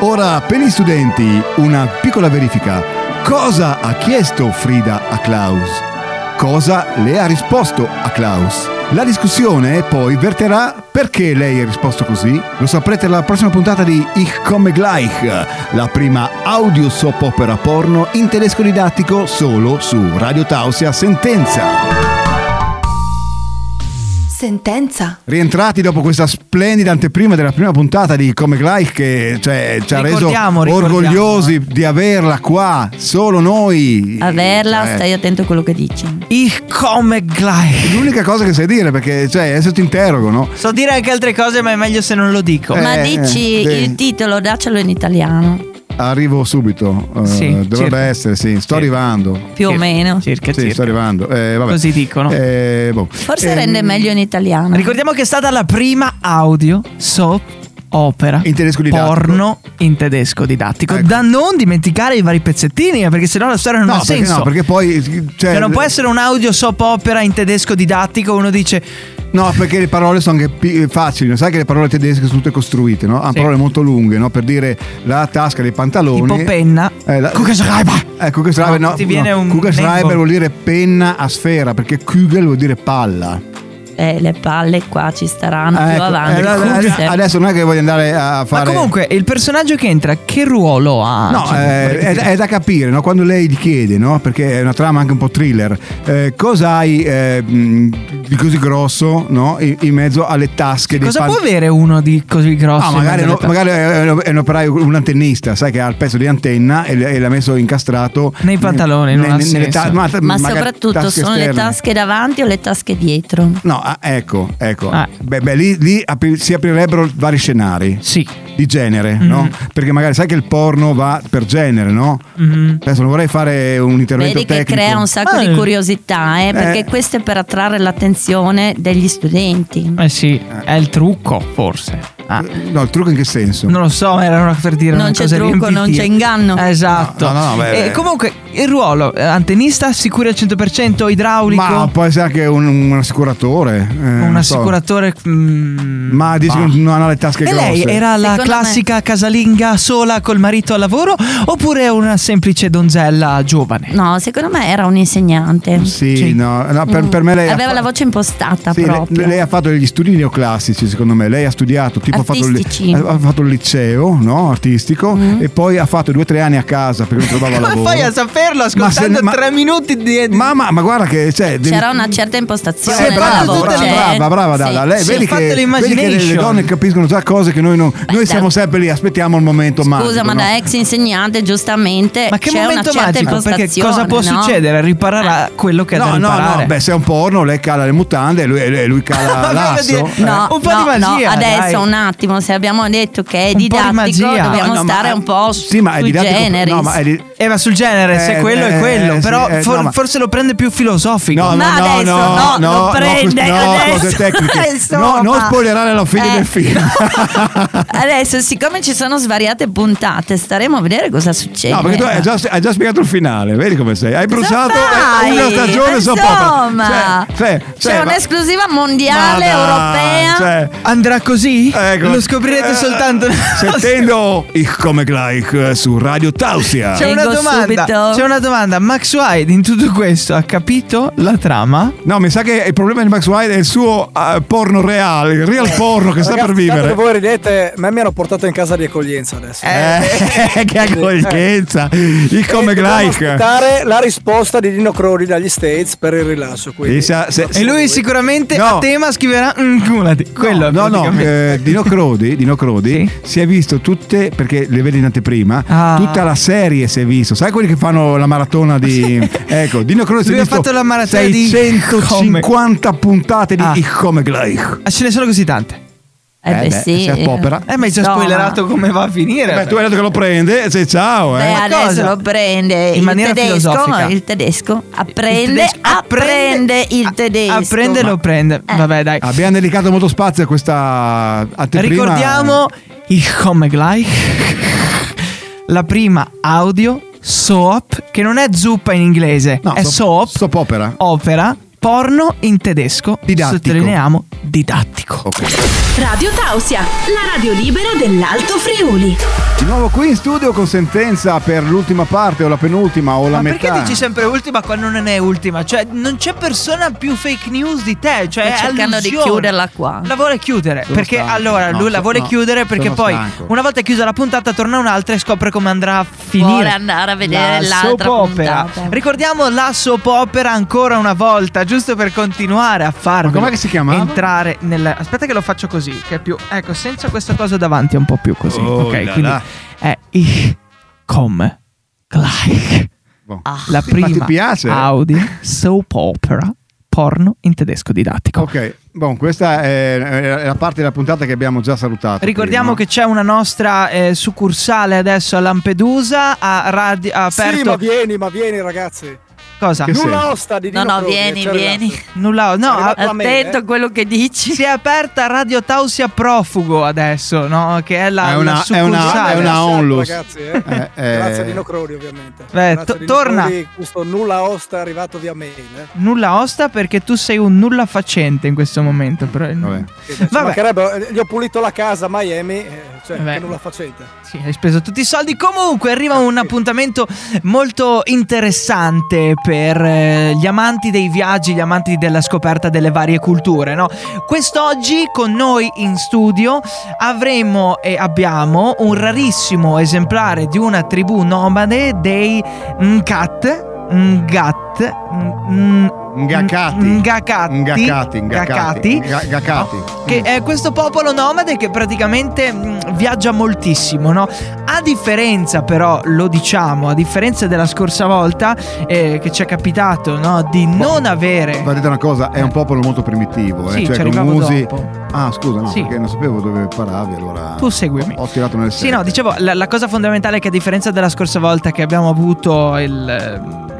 B: Ora, per gli studenti, una piccola verifica. Cosa ha chiesto Frida a Klaus? Cosa le ha risposto a Klaus? La discussione poi verterà perché lei ha risposto così. Lo saprete alla prossima puntata di Ich komme gleich, la prima audio soap opera porno in tedesco didattico solo su Radio Tausia Sentenza.
I: Sentenza.
B: Rientrati dopo questa splendida anteprima della prima puntata di Come Gleich che cioè, ci ha reso
C: Ricordiamo, ricordiamo,
B: orgogliosi di averla qua, solo noi.
E: averla,
B: Cioè,
E: stai attento a quello che dici.
C: Ich komme gleich.
B: L'unica cosa che sai dire perché cioè, adesso ti interrogo, no?
C: So dire anche altre cose, ma è meglio se non lo dico.
B: Eh,
E: Ma dici
B: sì.
E: il titolo, daccelo in italiano,
B: Arrivo subito. eh,
C: Sì,
B: dovrebbe
C: certo.
B: essere, sì. Sto
C: Certo.
B: arrivando.
E: più o meno.
C: Circa,
B: Sì,
C: circa.
B: sto arrivando. Eh, vabbè.
C: Così dicono.
B: Eh, boh.
E: Forse
B: Ehm,
E: rende meglio in italiano.
C: Ricordiamo che è stata la prima audio soap opera
B: In tedesco didattico.
C: porno in tedesco didattico.
B: Ecco.
C: Da non dimenticare i vari pezzettini, eh, perché sennò la storia non
B: No,
C: ha
B: perché
C: senso.
B: no, perché poi. Cioè,
C: Cioè, non può essere un audio soap opera in tedesco didattico, uno dice
B: No, perché le parole sono anche pi- facili, no? sai che le parole tedesche sono tutte costruite, no? Hanno
C: Sì.
B: parole molto lunghe, no? Per dire la tasca dei pantaloni.
C: tipo penna.
B: Eh, la-
C: Kugelschreiber.
B: Eh, Kugelschreiber,
C: No,
B: no,
C: ti viene
B: no.
C: un
B: Kugelschreiber
C: nembo.
B: vuol dire penna a sfera, perché Kugel vuol dire palla.
E: Eh, le palle qua ci staranno
B: Eh,
E: più
B: ecco,
E: avanti.
B: eh, allora,
E: forse.
B: adesso non è che voglio andare a
C: Ma
B: fare.
C: comunque il personaggio che entra, che ruolo ha?
B: No,
C: Cioè,
B: eh, è, è da capire, no? quando lei gli chiede, no? perché è una trama anche un po' thriller, eh, cosa hai eh, mh, di così grosso no? in, in mezzo alle tasche dei
C: cosa
B: pan-
C: può avere uno di così grosso?
B: Ah,
C: in
B: magari,
C: mezzo
B: no,
C: alla
B: magari è un- è un operaio, un antennista, sai che ha il pezzo di antenna e, e l'ha messo incastrato
C: Nei pantaloni, non ha
B: nelle
C: senso.
B: ma,
E: Ma
B: magari
E: soprattutto
B: tasche
E: sono le
B: esterne.
E: tasche davanti o le tasche dietro?
B: No, ah, ecco, ecco.
C: Ah.
B: Beh, beh, lì, lì apri- si aprirebbero vari scenari
C: Sì.
B: di genere,
C: Mm.
B: no? Perché magari sai che il porno va per genere, no?
C: Mhm.
B: Adesso non vorrei fare un intervento
E: Vedi che
B: tecnico.
E: crea un sacco
C: Eh.
E: di curiosità, eh, perché
B: Eh.
E: questo è per attrarre l'attenzione degli studenti.
C: Eh sì, è il trucco, forse. Ah.
B: No, il trucco in che senso?
C: Non lo so, ma era una per dire
E: Non
C: una
E: c'è
C: cosa
E: trucco, non
C: riempitiva.
E: c'è inganno.
C: Esatto.
B: No, no, no, beh,
C: E
B: beh.
C: comunque Il ruolo, eh, antenista, sicuro al 100%, idraulico,
B: Ma può essere anche un, un assicuratore. eh,
C: un
B: non so.
C: assicuratori... mm,
B: Ma dici che non ha le tasche
C: E
B: grosse.
C: lei era la
E: Secondo
C: classica casalinga sola col marito al lavoro oppure una semplice donzella giovane?
E: No, secondo me era un insegnante.
B: Sì,
C: Sì.
B: no, no, per,
E: Mm.
B: per me lei ha
E: aveva
B: fa-
E: la voce impostata
B: Sì, lei,
E: proprio.
B: lei ha fatto degli studi neoclassici, secondo me. Lei ha studiato, tipo, ha fatto, il-
E: Artistici.
B: ha fatto il liceo no? artistico
E: Mm.
B: e poi ha fatto due o tre anni a casa perché non trovava
C: Ma
B: lavoro.
C: fai a saperlo
B: Ma se
C: ascoltando
B: ne- ma-
C: tre minuti di... di-
B: Ma, ma- ma guarda che cioè, devi-
E: C'era una certa impostazione.
B: Sì,
E: della
B: brava,
E: voce.
B: brava, brava, brava, Dalla.
E: Sì,
B: Lei,
E: sì.
B: vedi,
C: Ho fatto
B: che, vedi che le- le
C: l'Imagination.
B: donne capiscono già cose che noi non. Noi siamo sempre lì, aspettiamo il momento magico.
E: Eh, certo. Scusa, ma
B: no?
E: da ex insegnante, giustamente
C: Ma che
E: Eh, c'è una
C: momento
E: certa
C: magico? Perché
E: impostazione.
C: cosa può
E: no? Ah.
C: succedere? Riparerà quello che ha da
B: No, no,
C: riparare.
B: no, beh, se è un porno, lei cala le mutande e lui, e lui cala
C: Ma voglio
B: l'asso.
C: dire-
B: eh.
E: No,
C: Un po'
E: no,
C: di magia,
E: no, adesso
C: dai.
E: un attimo, se abbiamo detto che è
C: Un po' di
E: didattico,
C: magia.
E: dobbiamo
B: Eh, No, ma-
E: stare un po'
B: sì, ma è
E: sui
B: didattico-
E: generis.
B: No, ma è di-
C: E va sul genere, se
B: Eh,
C: quello
B: eh,
C: è quello.
B: sì,
C: Però
B: eh,
C: for-
B: no, ma-
C: forse lo prende più filosofico.
B: No,
E: Ma
B: no,
E: adesso
B: no,
E: no,
B: no,
E: lo
B: no,
E: prende,
B: no,
E: adesso,
B: cose tecniche.
E: insomma.
B: No, non spoilerare la fine
E: Eh.
B: del film.
E: Adesso, siccome ci sono svariate puntate, staremo a vedere cosa succede.
B: No, perché tu hai già, hai già spiegato il finale, vedi come sei. Hai bruciato
E: fai?
B: eh, una stagione soap opera.
E: Insomma.
B: Cioè, cioè,
E: C'è
B: cioè, ma-
E: un'esclusiva
B: ma
E: mondiale,
B: dai,
E: europea.
B: cioè,
C: Andrà così?
B: ecco.
C: Lo scoprirete
B: Eh,
C: soltanto.
B: Sentendo il come like su Radio Tausia.
C: C'è una,
E: Vengo
C: domanda,
E: subito.
C: c'è una domanda, Max White in tutto questo ha capito la trama?
B: No, mi sa che il problema di Max White è il suo eh, porno reale, il
E: Eh.
B: real porno che sta
D: Ragazzi,
B: per
D: tanto
B: vivere.
D: che voi ridete, ma mi hanno portato in casa di accoglienza adesso.
B: Eh, che accoglienza!
C: Eh,
B: Il come
D: E dobbiamo
B: like.
D: aspettare la risposta di Dino Crowley dagli States per il rilascio. quindi-
B: E sa- Ah, se-
C: E lui sicuramente
B: No.
C: a tema scriverà "Mm, culati. Quello
B: No, no,
C: praticamente.
B: eh, Dino Crodi, Dino Crodi
C: Sì.
B: si è visto tutte, perché le vedi in anteprima,
C: Ah.
B: tutta la serie si è visto. Sai quelli che fanno la maratona di... Ecco, Dino Crodi si è
C: Lui ha
B: visto
C: fatto la maratona di
B: 650 puntate di
C: Ah.
B: Ich komme gleich.
C: Ah, ce ne sono così tante.
E: Eh, beh,
B: beh,
E: sì.
B: se è popera.
C: Eh, ma hai già
E: Insomma.
C: spoilerato come va a finire.
B: Beh, tu hai detto che lo prende, sei ciao,
E: Beh,
B: eh.
C: ma
E: adesso
C: cosa?
E: lo prende
C: In
E: il
C: maniera
E: tedesco,
C: filosofica.
E: il tedesco apprende,
C: Il tedesco-
E: apprende il
C: a-
E: tedesco.
C: Apprende e lo prende.
E: Eh.
C: Vabbè, dai.
B: Abbiamo dedicato molto spazio a questa anteprima.
C: Ricordiamo il come gleich, la prima audio soap, che non è zuppa in inglese,
B: No,
C: è
B: soap-
C: soap,
B: soap opera.
C: opera, porno in tedesco,
B: Didattico.
C: sottolineiamo didattico.
F: Radio Tausia, la radio libera dell'Alto Friuli.
B: Di nuovo qui in studio con sentenza per l'ultima parte o la penultima o la
C: Ma
B: metà.
C: perché dici sempre ultima quando non è ultima? Cioè, non c'è persona più fake news di te. Cioè,
E: Sto
C: è
E: cercando di
C: allusione.
E: chiuderla qua.
C: La vuole chiudere.
B: Sono
C: perché
B: stanco.
C: allora
B: No,
C: lui la
B: so-
C: vuole
B: no,
C: chiudere perché
B: sono
C: poi
B: stanco.
C: una volta chiusa la puntata torna un'altra e scopre come andrà a finire.
E: Vuole andare a vedere
C: La
E: l'altra
C: soap opera.
E: puntata.
C: Ricordiamo la soap opera ancora una volta, giusto per continuare a farvelo
B: Ma com'è che si chiamava?
C: Entrare nel Aspetta che lo faccio così, che è più Ecco, senza questa cosa davanti è un po' più così.
B: Oh,
C: ok,
B: là,
C: quindi
B: là.
C: è ich come gleich
B: Boh.
C: la
B: Sì, ma ti
C: prima
B: piace?
C: Audi soap opera porno in tedesco didattico.
B: Ok, bon, questa è, è la parte della puntata che abbiamo già salutato.
C: Ricordiamo che
B: prima.
C: c'è una nostra eh, succursale adesso a Lampedusa, ha, radi- ha aperto
D: Sì, ma vieni, ma vieni, ragazzi.
C: cosa?
B: Che
D: Nulla
B: sì.
D: osta di
E: No,
D: Dino cioè,
E: no,
D: Crowley,
E: vieni,
D: c'è il
E: vieni.
D: rilascio.
C: Nulla, no, ha-
D: Arrivato a me,
E: Attento a
D: eh.
E: quello che dici.
C: si è aperta Radio Tausia Profugo adesso, no? Che è la,
B: È una-
C: la
B: è una-
C: succursale.
B: Ah, è una-
D: Grazie,
B: onlus.
D: Ragazzi, eh.
B: Eh, eh.
D: Grazie a Dino Crowley, ovviamente.
C: Beh,
D: Grazie
C: to-
D: a Dino
C: torna.
D: Crowley, questo nulla osta è arrivato via mail. eh.
C: Nulla osta perché tu sei un nulla facente in questo momento. però-
B: Vabbè.
D: Che ci
C: Vabbè.
D: mancherebbe, eh, gli ho pulito la casa a Miami, eh, cioè
C: Vabbè.
D: che nulla facente.
C: Sì, hai speso tutti i soldi. Comunque arriva un appuntamento molto interessante per eh, gli amanti dei viaggi, gli amanti della scoperta delle varie culture. No? Quest'oggi con noi in studio avremo e abbiamo un rarissimo esemplare di una tribù nomade dei Nkat. Ngat.
B: Ngakati.
C: Ngakati.
B: Ngakati, Ngakati.
C: Ngakati.
B: Nga- Ngakati.
C: Che è questo popolo nomade che praticamente mh, viaggia moltissimo, no? A differenza però, lo diciamo, a differenza della scorsa volta eh, che ci è capitato, no? Di non
B: Va
C: avere...
B: detto una cosa, è un popolo molto primitivo, eh,
C: Sì,
B: cioè
C: ci
B: con
C: arrivavo
B: usi.
C: dopo.
B: Ah, scusa, no,
C: Sì.
B: perché non sapevo dove paravi, allora.
C: Tu seguimi.
B: Ho tirato nel
C: Sì,
B: set.
C: no, diciamo dicevo, la, la cosa fondamentale è che a differenza della scorsa volta che abbiamo avuto il... eh,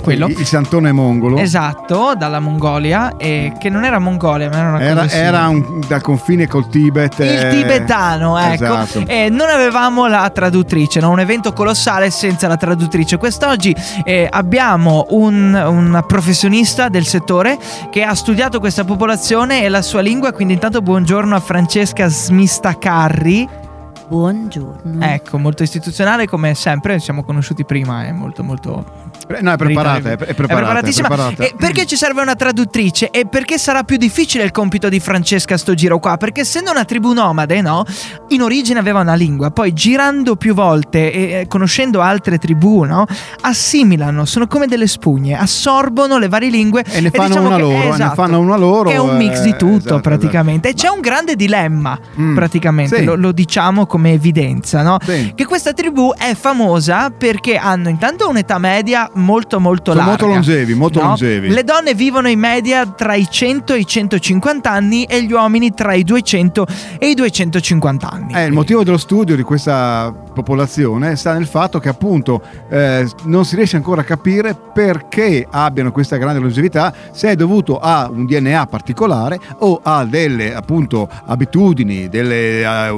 C: quello.
B: Il santone mongolo.
C: Esatto, dalla Mongolia, e che non era Mongolia, ma era una
B: Era,
C: cosa simile.
B: era un- dal confine col Tibet.
C: il
B: eh,
C: tibetano, ecco.
B: Esatto.
C: E non avevamo la traduttrice, no? un evento colossale senza la traduttrice. Quest'oggi eh, abbiamo un, una professionista del settore che ha studiato questa popolazione e la sua lingua, quindi intanto buongiorno a Francesca Smistacarri.
E: Buongiorno.
C: Ecco, molto istituzionale come sempre, ci siamo conosciuti prima, è molto molto
B: Pre- No, è preparata, è, pre- è preparata,
C: è preparatissima.
B: è preparata.
C: E perché ci serve una traduttrice? E perché sarà più difficile il compito di Francesca sto giro qua? Perché essendo una tribù nomade, no? In origine aveva una lingua, poi girando più volte e eh, conoscendo altre tribù, no? Assimilano, sono come delle spugne, assorbono le varie lingue
B: E ne fanno
C: diciamo
B: una
C: che-
B: loro,
C: eh,
B: ne
C: esatto.
B: fanno una loro,
C: È un mix
B: eh,
C: di tutto
B: esatto,
C: praticamente. E c'è un grande dilemma,
B: Mm.
C: praticamente,
B: Sì.
C: lo, lo diciamo come evidenza, no?
B: Sì.
C: Che questa tribù è famosa perché hanno intanto un'età media molto molto
B: Sono
C: larga.
B: molto longevi, molto longevi.
C: Le donne vivono in media tra i 100 e i 150 anni e gli uomini tra i 200 e i 250 anni.
B: Eh, il motivo dello studio di questa popolazione sta nel fatto che appunto eh, non si riesce ancora a capire perché abbiano questa grande longevità, se è dovuto a un DNA particolare o a delle appunto abitudini, delle, eh,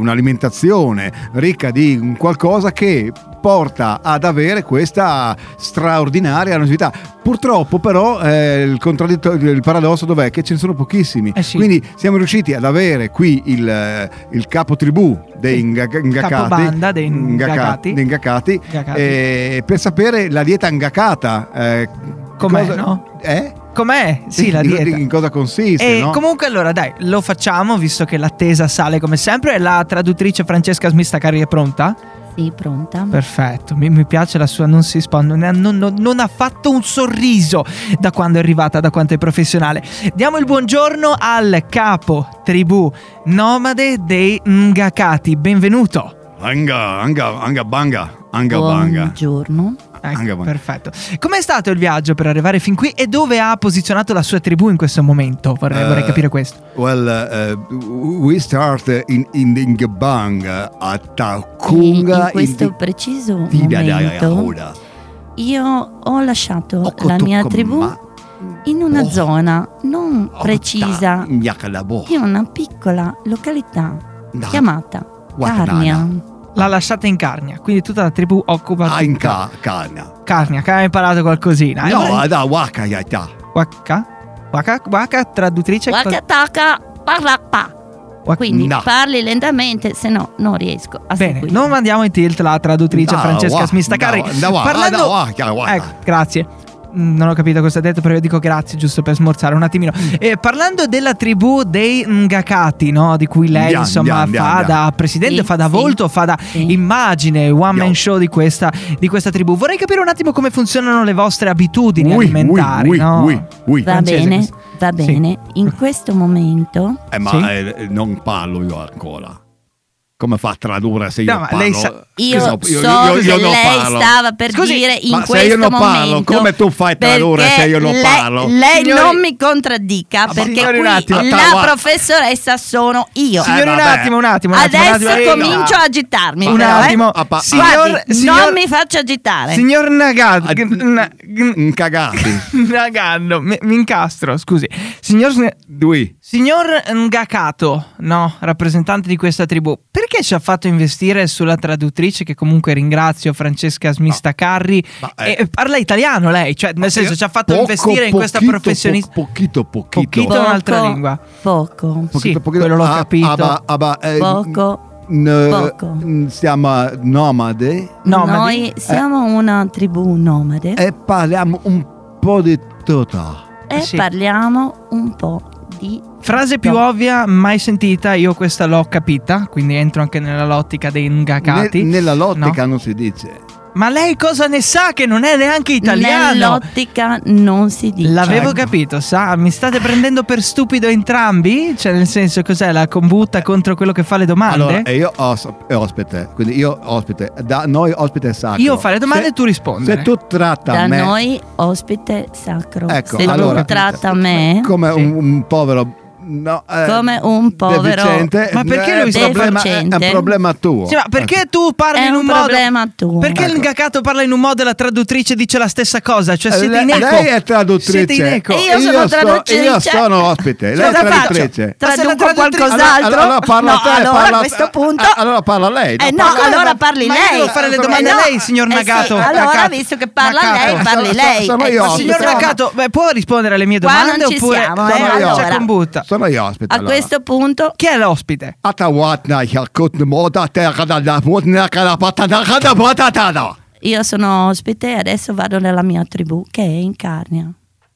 B: un'alimentazione ricca di un qualcosa che porta ad avere questa straordinaria longevità. Purtroppo però eh, il, contraddittorio- il paradosso dov'è? Che ce ne sono pochissimi.
C: Eh sì.
B: Quindi siamo riusciti ad avere qui il, eh, il capo tribù dei
C: Sì.
B: Nga- Ngakati,
C: Capobanda dei
B: Ngaka-
C: Ngakati.
B: dei Ngakati,
C: Ngakati.
B: eh, per sapere la dieta Ngakata. eh,
C: Com'è,
B: cosa-
C: no?
B: Eh?
C: Com'è? Sì, la
B: In-
C: dieta.
B: In cosa consiste?
C: E
B: no?
C: comunque allora dai, lo facciamo visto che l'attesa sale come sempre. La traduttrice Francesca Smistacari è pronta?
E: Sì, pronta.
C: Perfetto, mi, mi piace la sua non si spa, non, ha- non- non- non ha fatto un sorriso da quando è arrivata, da quanto è professionale. Diamo il buongiorno al capo tribù nomade dei Ngakati, benvenuto.
B: Anga, anga, anga banga, anga banga.
E: Buongiorno.
B: Anga
C: Ecco,
B: banga.
C: perfetto. Com'è stato il viaggio per arrivare fin qui e dove ha posizionato la sua tribù in questo momento? Vorrei, vorrei
B: Eh,
C: capire questo.
B: Well, uh, uh, we start in in the Ngabanga a Takunga
E: in questo preciso
B: Ti- da- da-
E: momento
B: ora.
E: io ho lasciato
B: Oko
E: la mia
B: toko
E: tribù
B: ma-
E: in una
B: Oh.
E: zona non
B: Ota
E: precisa
B: Nyakalabo.
E: di una piccola località
B: Da-
E: chiamata
B: Guatanana.
E: Carnia.
C: L'ha lasciata in Carnia, quindi tutta la tribù occupa
B: Ah, in ca- Cana.
C: Carnia, che ha imparato qualcosina. eh?
B: Ah, No, da Wakayata.
C: Waka? Waka? Waka? Traduttrice?
E: Wakataka parappa.
C: Waka-
E: Quindi
B: No.
E: parli lentamente, se no non riesco
B: Ah,
E: a
C: Bene,
E: seguire.
C: non mandiamo in tilt la traduttrice
B: No,
C: Francesca
B: wa-
C: Smistacari.
B: no, ah, no, wa-
C: Parlando...
B: no, wa- ya- wa-
C: Ecco, grazie. Mm, Non ho capito cosa ha detto, però io dico grazie giusto per smorzare un attimino.
B: Mm.
C: Eh, parlando della tribù dei Ngakati, no? di cui lei
B: Andiamo,
C: insomma
B: andiamo,
C: fa
B: andiamo.
C: da presidente,
E: Sì,
C: fa da
E: sì,
C: volto, fa da
E: sì.
C: immagine, one man
B: Andiamo.
C: show di questa, di questa tribù. Vorrei capire un attimo come funzionano le vostre abitudini
B: Ui,
C: alimentari.
B: ui,
C: no?
B: ui, ui.
E: Va
C: Francese,
E: bene,
C: questo.
E: va
C: Sì.
E: bene. In questo momento
B: Eh, ma
C: Sì.
B: eh, non parlo io ancora. Come fa a tradurre se io
C: No, ma
B: parlo?
C: lei sa-
E: Io
B: Che
E: so
B: so- io- io-
E: che
B: io non
E: lei
B: parlo.
E: stava per
C: Scusi,
E: dire in
B: ma se
E: questo
B: io non parlo,
E: momento,
B: come tu fai a tradurre
E: perché
B: se io non
E: lei-
B: parlo?
E: Lei
B: Signori-
E: non mi contraddica
B: ma
E: perché
B: signori,
E: qui
B: un attimo,
E: la
B: attavo-
E: professoressa sono io.
B: Eh,
C: Signori, un
B: vabbè.
C: attimo, un attimo. un attimo, un
E: Adesso
C: attimo.
E: comincio a agitarmi.
C: Un
E: però, eh.
C: attimo,
B: Ah, pa-
E: Guardi,
C: signor, signor-
E: non mi faccia agitare.
C: Signor Nagano,
B: Ah, Un cagati.
C: Nagano, mi, mi incastro, scusi. Signor, Sne-
B: Dui.
C: signor Ngakato, no, rappresentante di questa tribù, perché ci ha fatto investire sulla traduttrice che comunque ringrazio, Francesca Smistacarri?
B: Ma,
C: E-
B: eh.
C: e parla italiano lei, cioè nel senso ci ha fatto
B: Poco,
C: investire in questa
B: pochito,
C: professionista.
B: po- pochito, pochito.
C: Pochito.
E: Poco,
C: un'altra lingua.
E: Poco.
C: Sì, quello l'ho
B: Ah,
C: capito.
B: ah, bah, ah, bah, eh,
E: Poco.
B: n- eh,
E: Poco.
B: n- Siamo nomade
C: Nomadi.
E: Noi siamo una tribù nomade
B: e parliamo un po' di tutto.
E: e
C: sì.
E: parliamo un po' di
C: Frase più
E: No.
C: ovvia mai sentita, io questa l'ho capita, quindi entro anche nella lottica dei Ngakati.
B: Ne- nella lottica
C: No.
B: non si dice.
C: Ma lei cosa ne sa che non è neanche italiano?
E: Nell'ottica non si dice.
C: L'avevo
B: Ecco.
C: capito, sa? Mi state prendendo per stupido entrambi? Cioè, nel senso, cos'è la combutta contro quello che fa le domande?
B: Allora, e io os- e ospite, quindi io ospite, da noi ospite è sacro.
C: Io fare domande
B: Se-
C: e tu rispondere.
B: Se tu tratta
E: da
B: me
E: noi ospite sacro.
B: Ecco,
E: Se
B: allora-
E: tu tratta me,
B: come
C: Sì.
B: un, un povero no, eh,
E: Come un povero-
B: deficiente,
C: Ma perché lui
B: è
E: sta-
B: un problema, è un
E: deficiente?
B: problema tuo.
C: Sì, ma perché tu parli
E: È
C: in un,
E: un
C: modo?
E: problema tuo.
C: Perché il
B: Ecco.
C: Gakato parla in un modo e la traduttrice dice la stessa cosa? Cioè,
B: Eh,
C: siete
B: lei,
C: in eco.
B: lei è traduttrice.
C: Siete in eco.
E: E io sono
B: so-
E: traduttrice.
B: io sono ospite. Lei è
E: Cosa faccio?
B: traduttrice.
C: Ma se la
E: Traduco
C: traduttrice-
E: qualcos'altro?
B: Allora, allora parla
E: No,
B: te,
E: allora
B: parla-
E: a questo punto.
B: Ah, allora parla lei, no,
E: Eh, no,
B: parla-
E: allora parli
C: ma io
E: lei.
C: devo fare le domande
E: Eh,
C: a lei, signor
E: eh, sì,
C: Nagato.
E: allora,
C: Nagato.
E: visto che parla
B: Nagato.
E: lei, parli
B: Sono-
E: lei.
B: sono
E: Eh,
B: io,
E: sì,
B: ospite.
C: Signor
E: insomma.
C: Nagato, beh, può rispondere alle mie
E: Qua non
C: domande
E: ci
C: oppure
E: siamo, eh,
B: Sono
E: allora.
B: io.
C: c'è combutta?
B: Sono io ospite.
E: A
B: allora.
E: questo punto,
C: Chi è l'ospite?
B: Atawatna, Yakut, Moda, Terra, Dalla, Putna, Kalapatana, Kada, Batatana.
E: io sono ospite e adesso vado nella mia tribù che è in Carnia.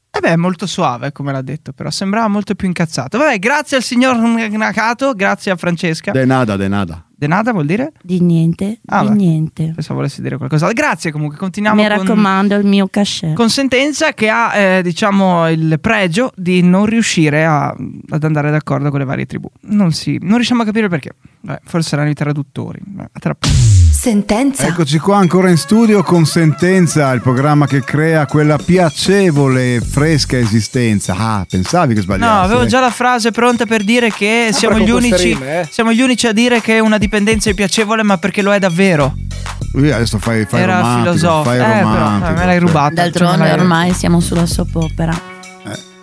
C: Eh beh, è molto suave, come l'ha detto, però sembrava molto più incazzato. Vabbè, grazie al signor Nagato, grazie a Francesca.
B: De nada, de nada.
C: Denata vuol dire?
E: Di niente,
C: Ah,
E: di
C: beh.
E: niente.
C: Pensavo volessi dire qualcosa. Grazie comunque, continuiamo
E: Mi
C: con-
E: raccomando, il mio cachet.
C: con sentenza che ha eh, diciamo il pregio di non riuscire a- ad andare d'accordo con le varie tribù. Non, si, non riusciamo a capire perché. Beh, forse saranno i traduttori. Beh, a tra-
F: Sentenza.
B: Eccoci qua ancora in studio con Sentenza, il programma che crea quella piacevole e fresca esistenza. Ah, pensavi che sbagliassi?
C: No, avevo
B: eh?
C: già la frase pronta per dire che siamo
D: Ah, con
C: gli,
D: queste
C: unici,
D: rime, eh.
C: siamo gli unici a dire che una dipendenza è piacevole, ma perché lo è davvero.
B: Ui, adesso fai, fai
C: Era
B: romantico,
C: filosofico.
B: fai
C: Eh, però,
B: romantico,
C: me l'hai
B: cioè.
C: rubata. cioè, me
E: D'altronde
C: l'hai-
E: ormai siamo sulla soap opera.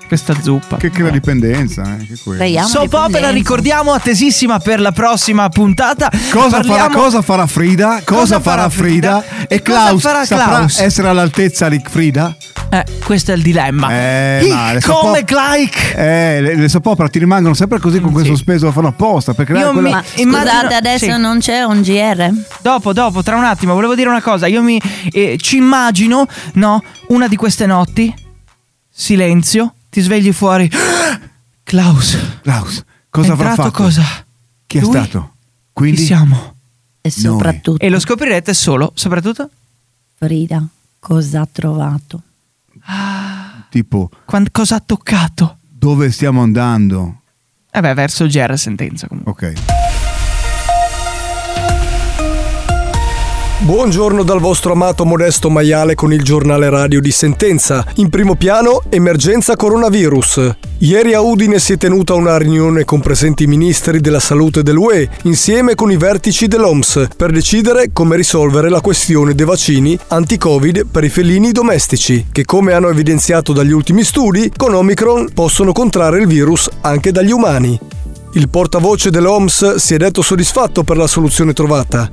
C: Questa zuppa.
B: Che crea dipendenza, eh, che quello.
E: Creiamo
C: Soap opera,
E: dipendenza.
C: ricordiamo, attesissima per la prossima puntata.
B: Cosa, farà,
C: Parliamo-
B: cosa farà Frida? Cosa, farà Frida? E
C: cosa
B: Klaus
C: farà
B: saprà
C: Klaus?
B: essere all'altezza di Frida?
C: Eh, questo è il dilemma.
B: Eh, ma
C: Ich
B: adesso
C: Come
B: po-
C: Gleich.
B: Eh, le, le soap opera ti rimangono sempre così con questo sospeso, lo fanno apposta per creare
C: Io
B: quella...
C: mi-
E: Scusate,
C: immagino-
E: adesso
C: sì.
E: non c'è un GR?
C: Dopo, dopo, tra un attimo, volevo dire una cosa. Io mi eh, ci immagino, no, una di queste notti, silenzio, ti svegli fuori. Klaus,
B: Klaus, cosa
C: è
B: avrà
C: entrato
B: fatto?
C: cosa?
B: Chi è
C: Lui?
B: stato?
C: Chi
B: Quindi
C: siamo?
E: E soprattutto,
C: E lo scoprirete solo, soprattutto
E: Frida, cosa ha trovato?
B: tipo,
C: quando, cosa ha toccato.
B: dove stiamo andando?
C: Eh beh, verso il GR sentenza comunque.
B: Ok.
D: Buongiorno dal vostro amato Modesto Maiale con il giornale radio di Sentenza. In primo piano, emergenza coronavirus. Ieri a Udine si è tenuta una riunione con presenti ministri della salute dell'UE, insieme con i vertici dell'OMS, per decidere come risolvere la questione dei vaccini anti-Covid per i felini domestici, che come hanno evidenziato dagli ultimi studi, con Omicron possono contrarre il virus anche dagli umani. Il portavoce dell'OMS si è detto soddisfatto per la soluzione trovata.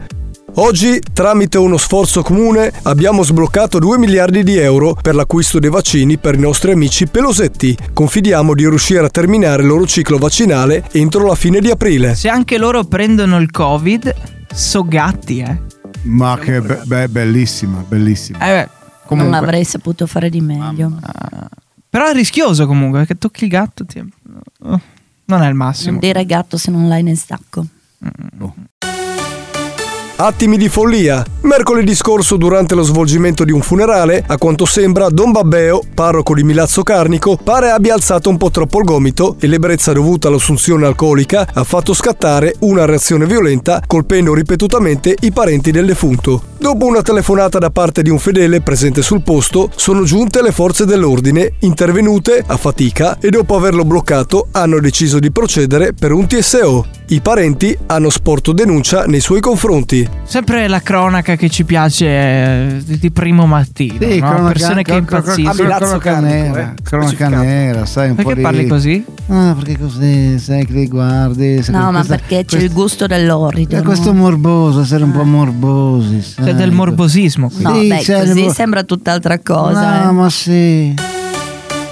D: Oggi, tramite uno sforzo comune, abbiamo sbloccato 2 miliardi di euro per l'acquisto dei vaccini per i nostri amici pelosetti. Confidiamo di riuscire a terminare il loro ciclo vaccinale entro la fine di aprile.
C: Se anche loro prendono il Covid, so gatti, eh.
B: Ma che be- be- bellissima, bellissima.
C: Eh beh,
E: Non
C: comunque.
E: avrei saputo fare di meglio.
C: Però è rischioso comunque, perché tocchi il gatto ti- oh, Non è il massimo.
E: Non dire gatto se non l'hai nel sacco.
D: Attimi di follia. Mercoledì scorso, durante lo svolgimento di un funerale, a quanto sembra, Don Babbeo, parroco di Milazzo Carnico, pare abbia alzato un po' troppo il gomito e l'ebbrezza dovuta all'assunzione alcolica ha fatto scattare una reazione violenta, colpendo ripetutamente i parenti del defunto. Dopo una telefonata da parte di un fedele presente sul posto, sono giunte le forze dell'ordine, intervenute a fatica e dopo averlo bloccato hanno deciso di procedere per un TSO. I parenti hanno sporto denuncia nei suoi confronti.
C: Sempre la cronaca che ci piace eh, di di primo mattino, no? persone che impazziscono.
D: cro- Milazzo
B: cronaca
D: Carnico,
B: nera,
D: eh.
B: cronaca
D: Specificato.
B: nera, sai un po'
C: Perché
B: di-
C: parli così?
B: Ah, perché così, sai che li guardi. sai,
E: No, ma
B: questa-
E: perché c'è
B: questa-
E: il gusto dell'orrido.
B: eh,
E: no?
B: questo morboso, essere un po' morbosi.
C: C'è
B: sai,
C: del morbosismo. qui.
E: No,
B: Sì,
E: beh,
B: c'è
C: cioè,
B: il
E: così
B: mo-
E: sembra tutt'altra
B: No,
E: cosa. eh.
B: ma sì.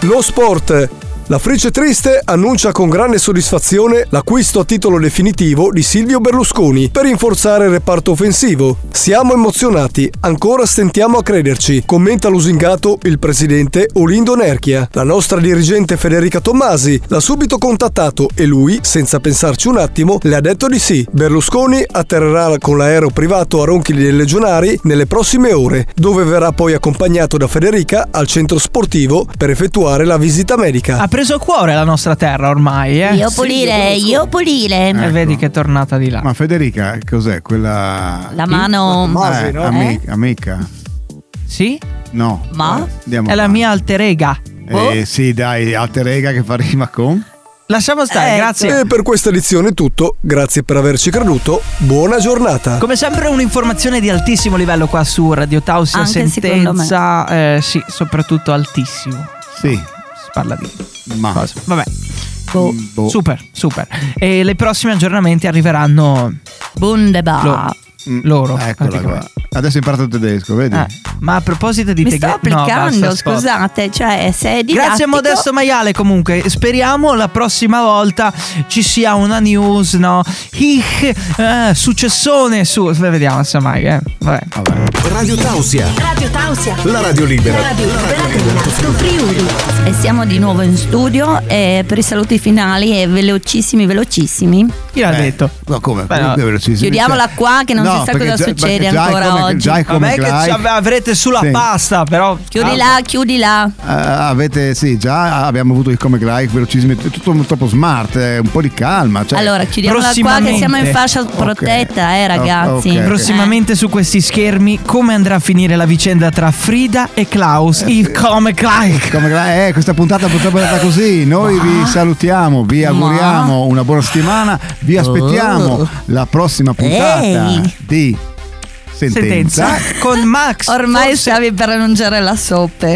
D: Lo sport. La Frice Triste annuncia con grande soddisfazione l'acquisto a titolo definitivo di Silvio Berlusconi per rinforzare il reparto offensivo. Siamo emozionati, ancora stentiamo a crederci, commenta lusingato il presidente Olindo Nerchia. La nostra dirigente Federica Tommasi l'ha subito contattato e lui, senza pensarci un attimo, le ha detto di sì. Berlusconi atterrerà con l'aereo privato a Ronchili dei Legionari nelle prossime ore, dove verrà poi accompagnato da Federica al centro sportivo per effettuare la visita medica.
C: Ha preso a cuore la nostra terra ormai, eh?
E: Io pulire, io pulire.
C: E Eh, vedi che è tornata di là.
B: Ma Federica, cos'è?
C: Eh,
B: Quella.
E: La mano. Ma?
B: Eh, ami- Amica?
C: Sì?
B: No.
E: Ma?
B: Eh, andiamo
C: È la boh.
B: avanti.
C: mia alter ega.
B: Eh, sì, dai, alter ega che fa rima con.
C: Lasciamo stare,
E: Ecco.
C: grazie.
D: E per questa edizione è tutto, grazie per averci creduto, buona giornata!
C: Come sempre un'informazione di altissimo livello qua su Radio Tausia
E: Anche secondo me.
C: Sentenza, eh, sì, soprattutto altissimo.
B: Sì,
C: Si parla di
B: ma
C: cose. Vabbè.
B: Mm, boh.
C: Super, super. E le prossime aggiornamenti arriveranno
E: Bundeba.
B: Mm,
C: loro.
B: Eccola qua.
C: praticamente.
B: Adesso hai imparato il tedesco, vedi?
C: Eh, ma a proposito di
E: Mi
C: te
E: sto
C: che- no,
E: applicando,
C: basta, stop.
E: scusate, cioè se è didattico
C: Grazie a Modesto Maiale comunque, speriamo la prossima volta ci sia una news, no? Ich, eh, successone su... Vediamo se mai, eh. Vabbè.
A: Radio Tausia,
F: Radio Tausia.
A: la radio libera.
F: La radio libera dell'Alto Friuli.
E: E siamo di nuovo in studio eh, per i saluti finali e velocissimi, velocissimi.
C: Chi l'ha
B: Eh,
C: detto?
B: No, come?
C: Beh, no.
B: Come velocissimi?
E: Chiudiamola
B: Cioè-
E: qua che non
B: No,
E: si sa
B: perché
E: cosa
B: già-
E: succede
B: perché già è
E: ancora
B: come-
E: oggi.
B: già è Eh, come
C: Vabbè che
B: Clive.
C: ci av- avrete sulla
B: Sì.
C: pasta, però... Ah,
E: Chiudi là, chiudi là.
B: Ah, avete, sì, già abbiamo avuto il come like velocissimi, è tutto troppo smart, eh, un po' di calma. Cioè,
E: allora, chiudiamola qua che
C: prossimamente.
E: siamo in fascia protetta, eh ragazzi.
B: ok.
C: Prossimamente su questi schermi come andrà a finire la vicenda tra Frida e Klaus,
B: Eh,
C: il come Clive.
B: Come gra- eh, questa puntata purtroppo è andata così. Noi vi salutiamo, vi auguriamo una buona settimana.
C: Oh.
B: Vi aspettiamo la prossima puntata
E: Ehi.
B: di Sentenza.
C: Sentenza con Max.
E: Eh, Ormai
C: forse-
E: stavi per annunciare la soppe.
B: Eh,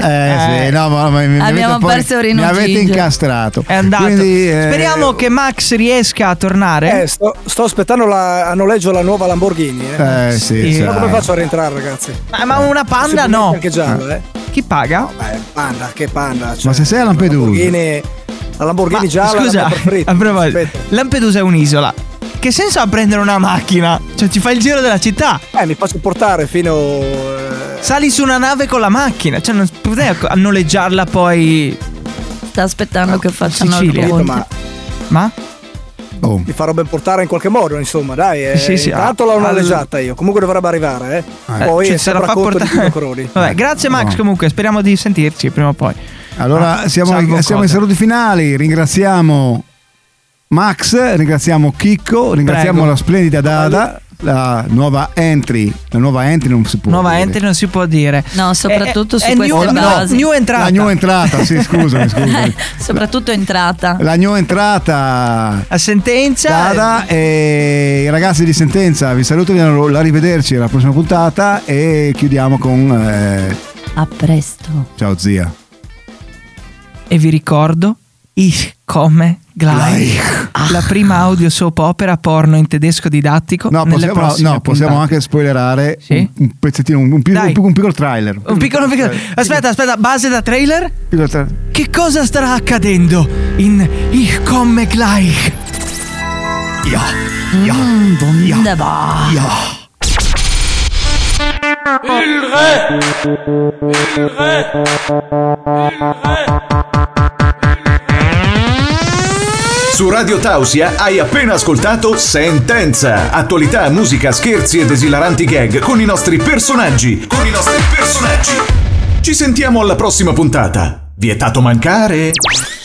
B: sì, no, ma, ma mi, mi
E: Abbiamo
B: avete poi-
E: perso
B: mi
E: Rino
B: avete
E: Gigio.
B: incastrato.
C: È andato.
B: Quindi, eh,
C: Speriamo che Max riesca a tornare.
D: Eh, sto, sto aspettando la, a noleggio la nuova Lamborghini, eh.
B: Eh, sì,
C: Sì.
B: sai.
D: Ma come faccio a rientrare, ragazzi?
C: Ma- ma una panda
D: Possibilmente
C: no.
D: Anche giallo, eh.
C: Chi paga?
D: Beh, panda, che panda. cioè,
B: Ma se sei a Lampedusa?
D: La Lamborghini, la Lamborghini
C: Ma,
D: gialla.
C: scusa,
D: la preferita,
C: a proposito,
D: aspetta.
C: Lampedusa è un'isola. Che senso ha prendere una macchina? Cioè, ti fai il giro della città.
D: Eh, mi faccio portare fino. eh,
C: Sali su una nave con la macchina. Cioè, non potrei acc- noleggiarla poi.
E: Sta aspettando che facciano
C: Sicilia.
E: il
D: capito,
E: ponte.
D: ma
C: Ma?
B: Oh.
D: mi farò ben portare in qualche modo, insomma, dai. Eh.
C: Sì, sì,
D: Intanto
C: ah,
D: l'ho
C: ah,
D: noleggiata io. Comunque dovrebbe arrivare, eh.
C: Eh,
D: Poi
C: cioè,
D: è sempre a conto di Dino Crodi.
C: Vabbè, grazie Max
B: No.
C: comunque, speriamo di sentirci prima o poi.
B: Allora,
C: Ah,
B: siamo,
C: salvo
B: siamo ai
C: cose.
B: saluti finali. Ringraziamo Max, ringraziamo Chicco, ringraziamo
C: Prego.
B: la splendida Dada, la nuova entry. La nuova entry non si può.
C: Nuova
B: dire.
C: entry non si può dire.
E: No, soprattutto
C: Eh,
E: su
C: eh,
E: queste
C: new, no,
E: basi.
C: new entrata.
B: La new entrata, sì, scusami, scusami.
E: Soprattutto entrata.
B: La new entrata.
C: a sentenza.
B: Dada e i ragazzi di sentenza vi saluto, vi do l'arrivederci alla prossima puntata e chiudiamo con eh,
E: A presto.
B: ciao zia.
C: E vi ricordo Ich come gleich. Ah. La prima audio soap opera porno in tedesco didattico.
B: No,
C: nelle
B: possiamo,
C: prossime
B: no, possiamo
C: puntate.
B: anche spoilerare
C: Sì?
B: un, un pezzettino, un, un pic-
C: Dai.
B: un piccolo trailer.
C: Un piccolo, piccolo. Aspetta, aspetta, base da trailer?
B: Piccolo trailer.
C: Che cosa starà accadendo in Ich komme gleich?
E: Bundaba.
A: Su Radio Tausia hai appena ascoltato Sentenza. Attualità, musica, scherzi ed esilaranti gag con i nostri personaggi. Con i nostri personaggi. Ci sentiamo alla prossima puntata. Vietato mancare.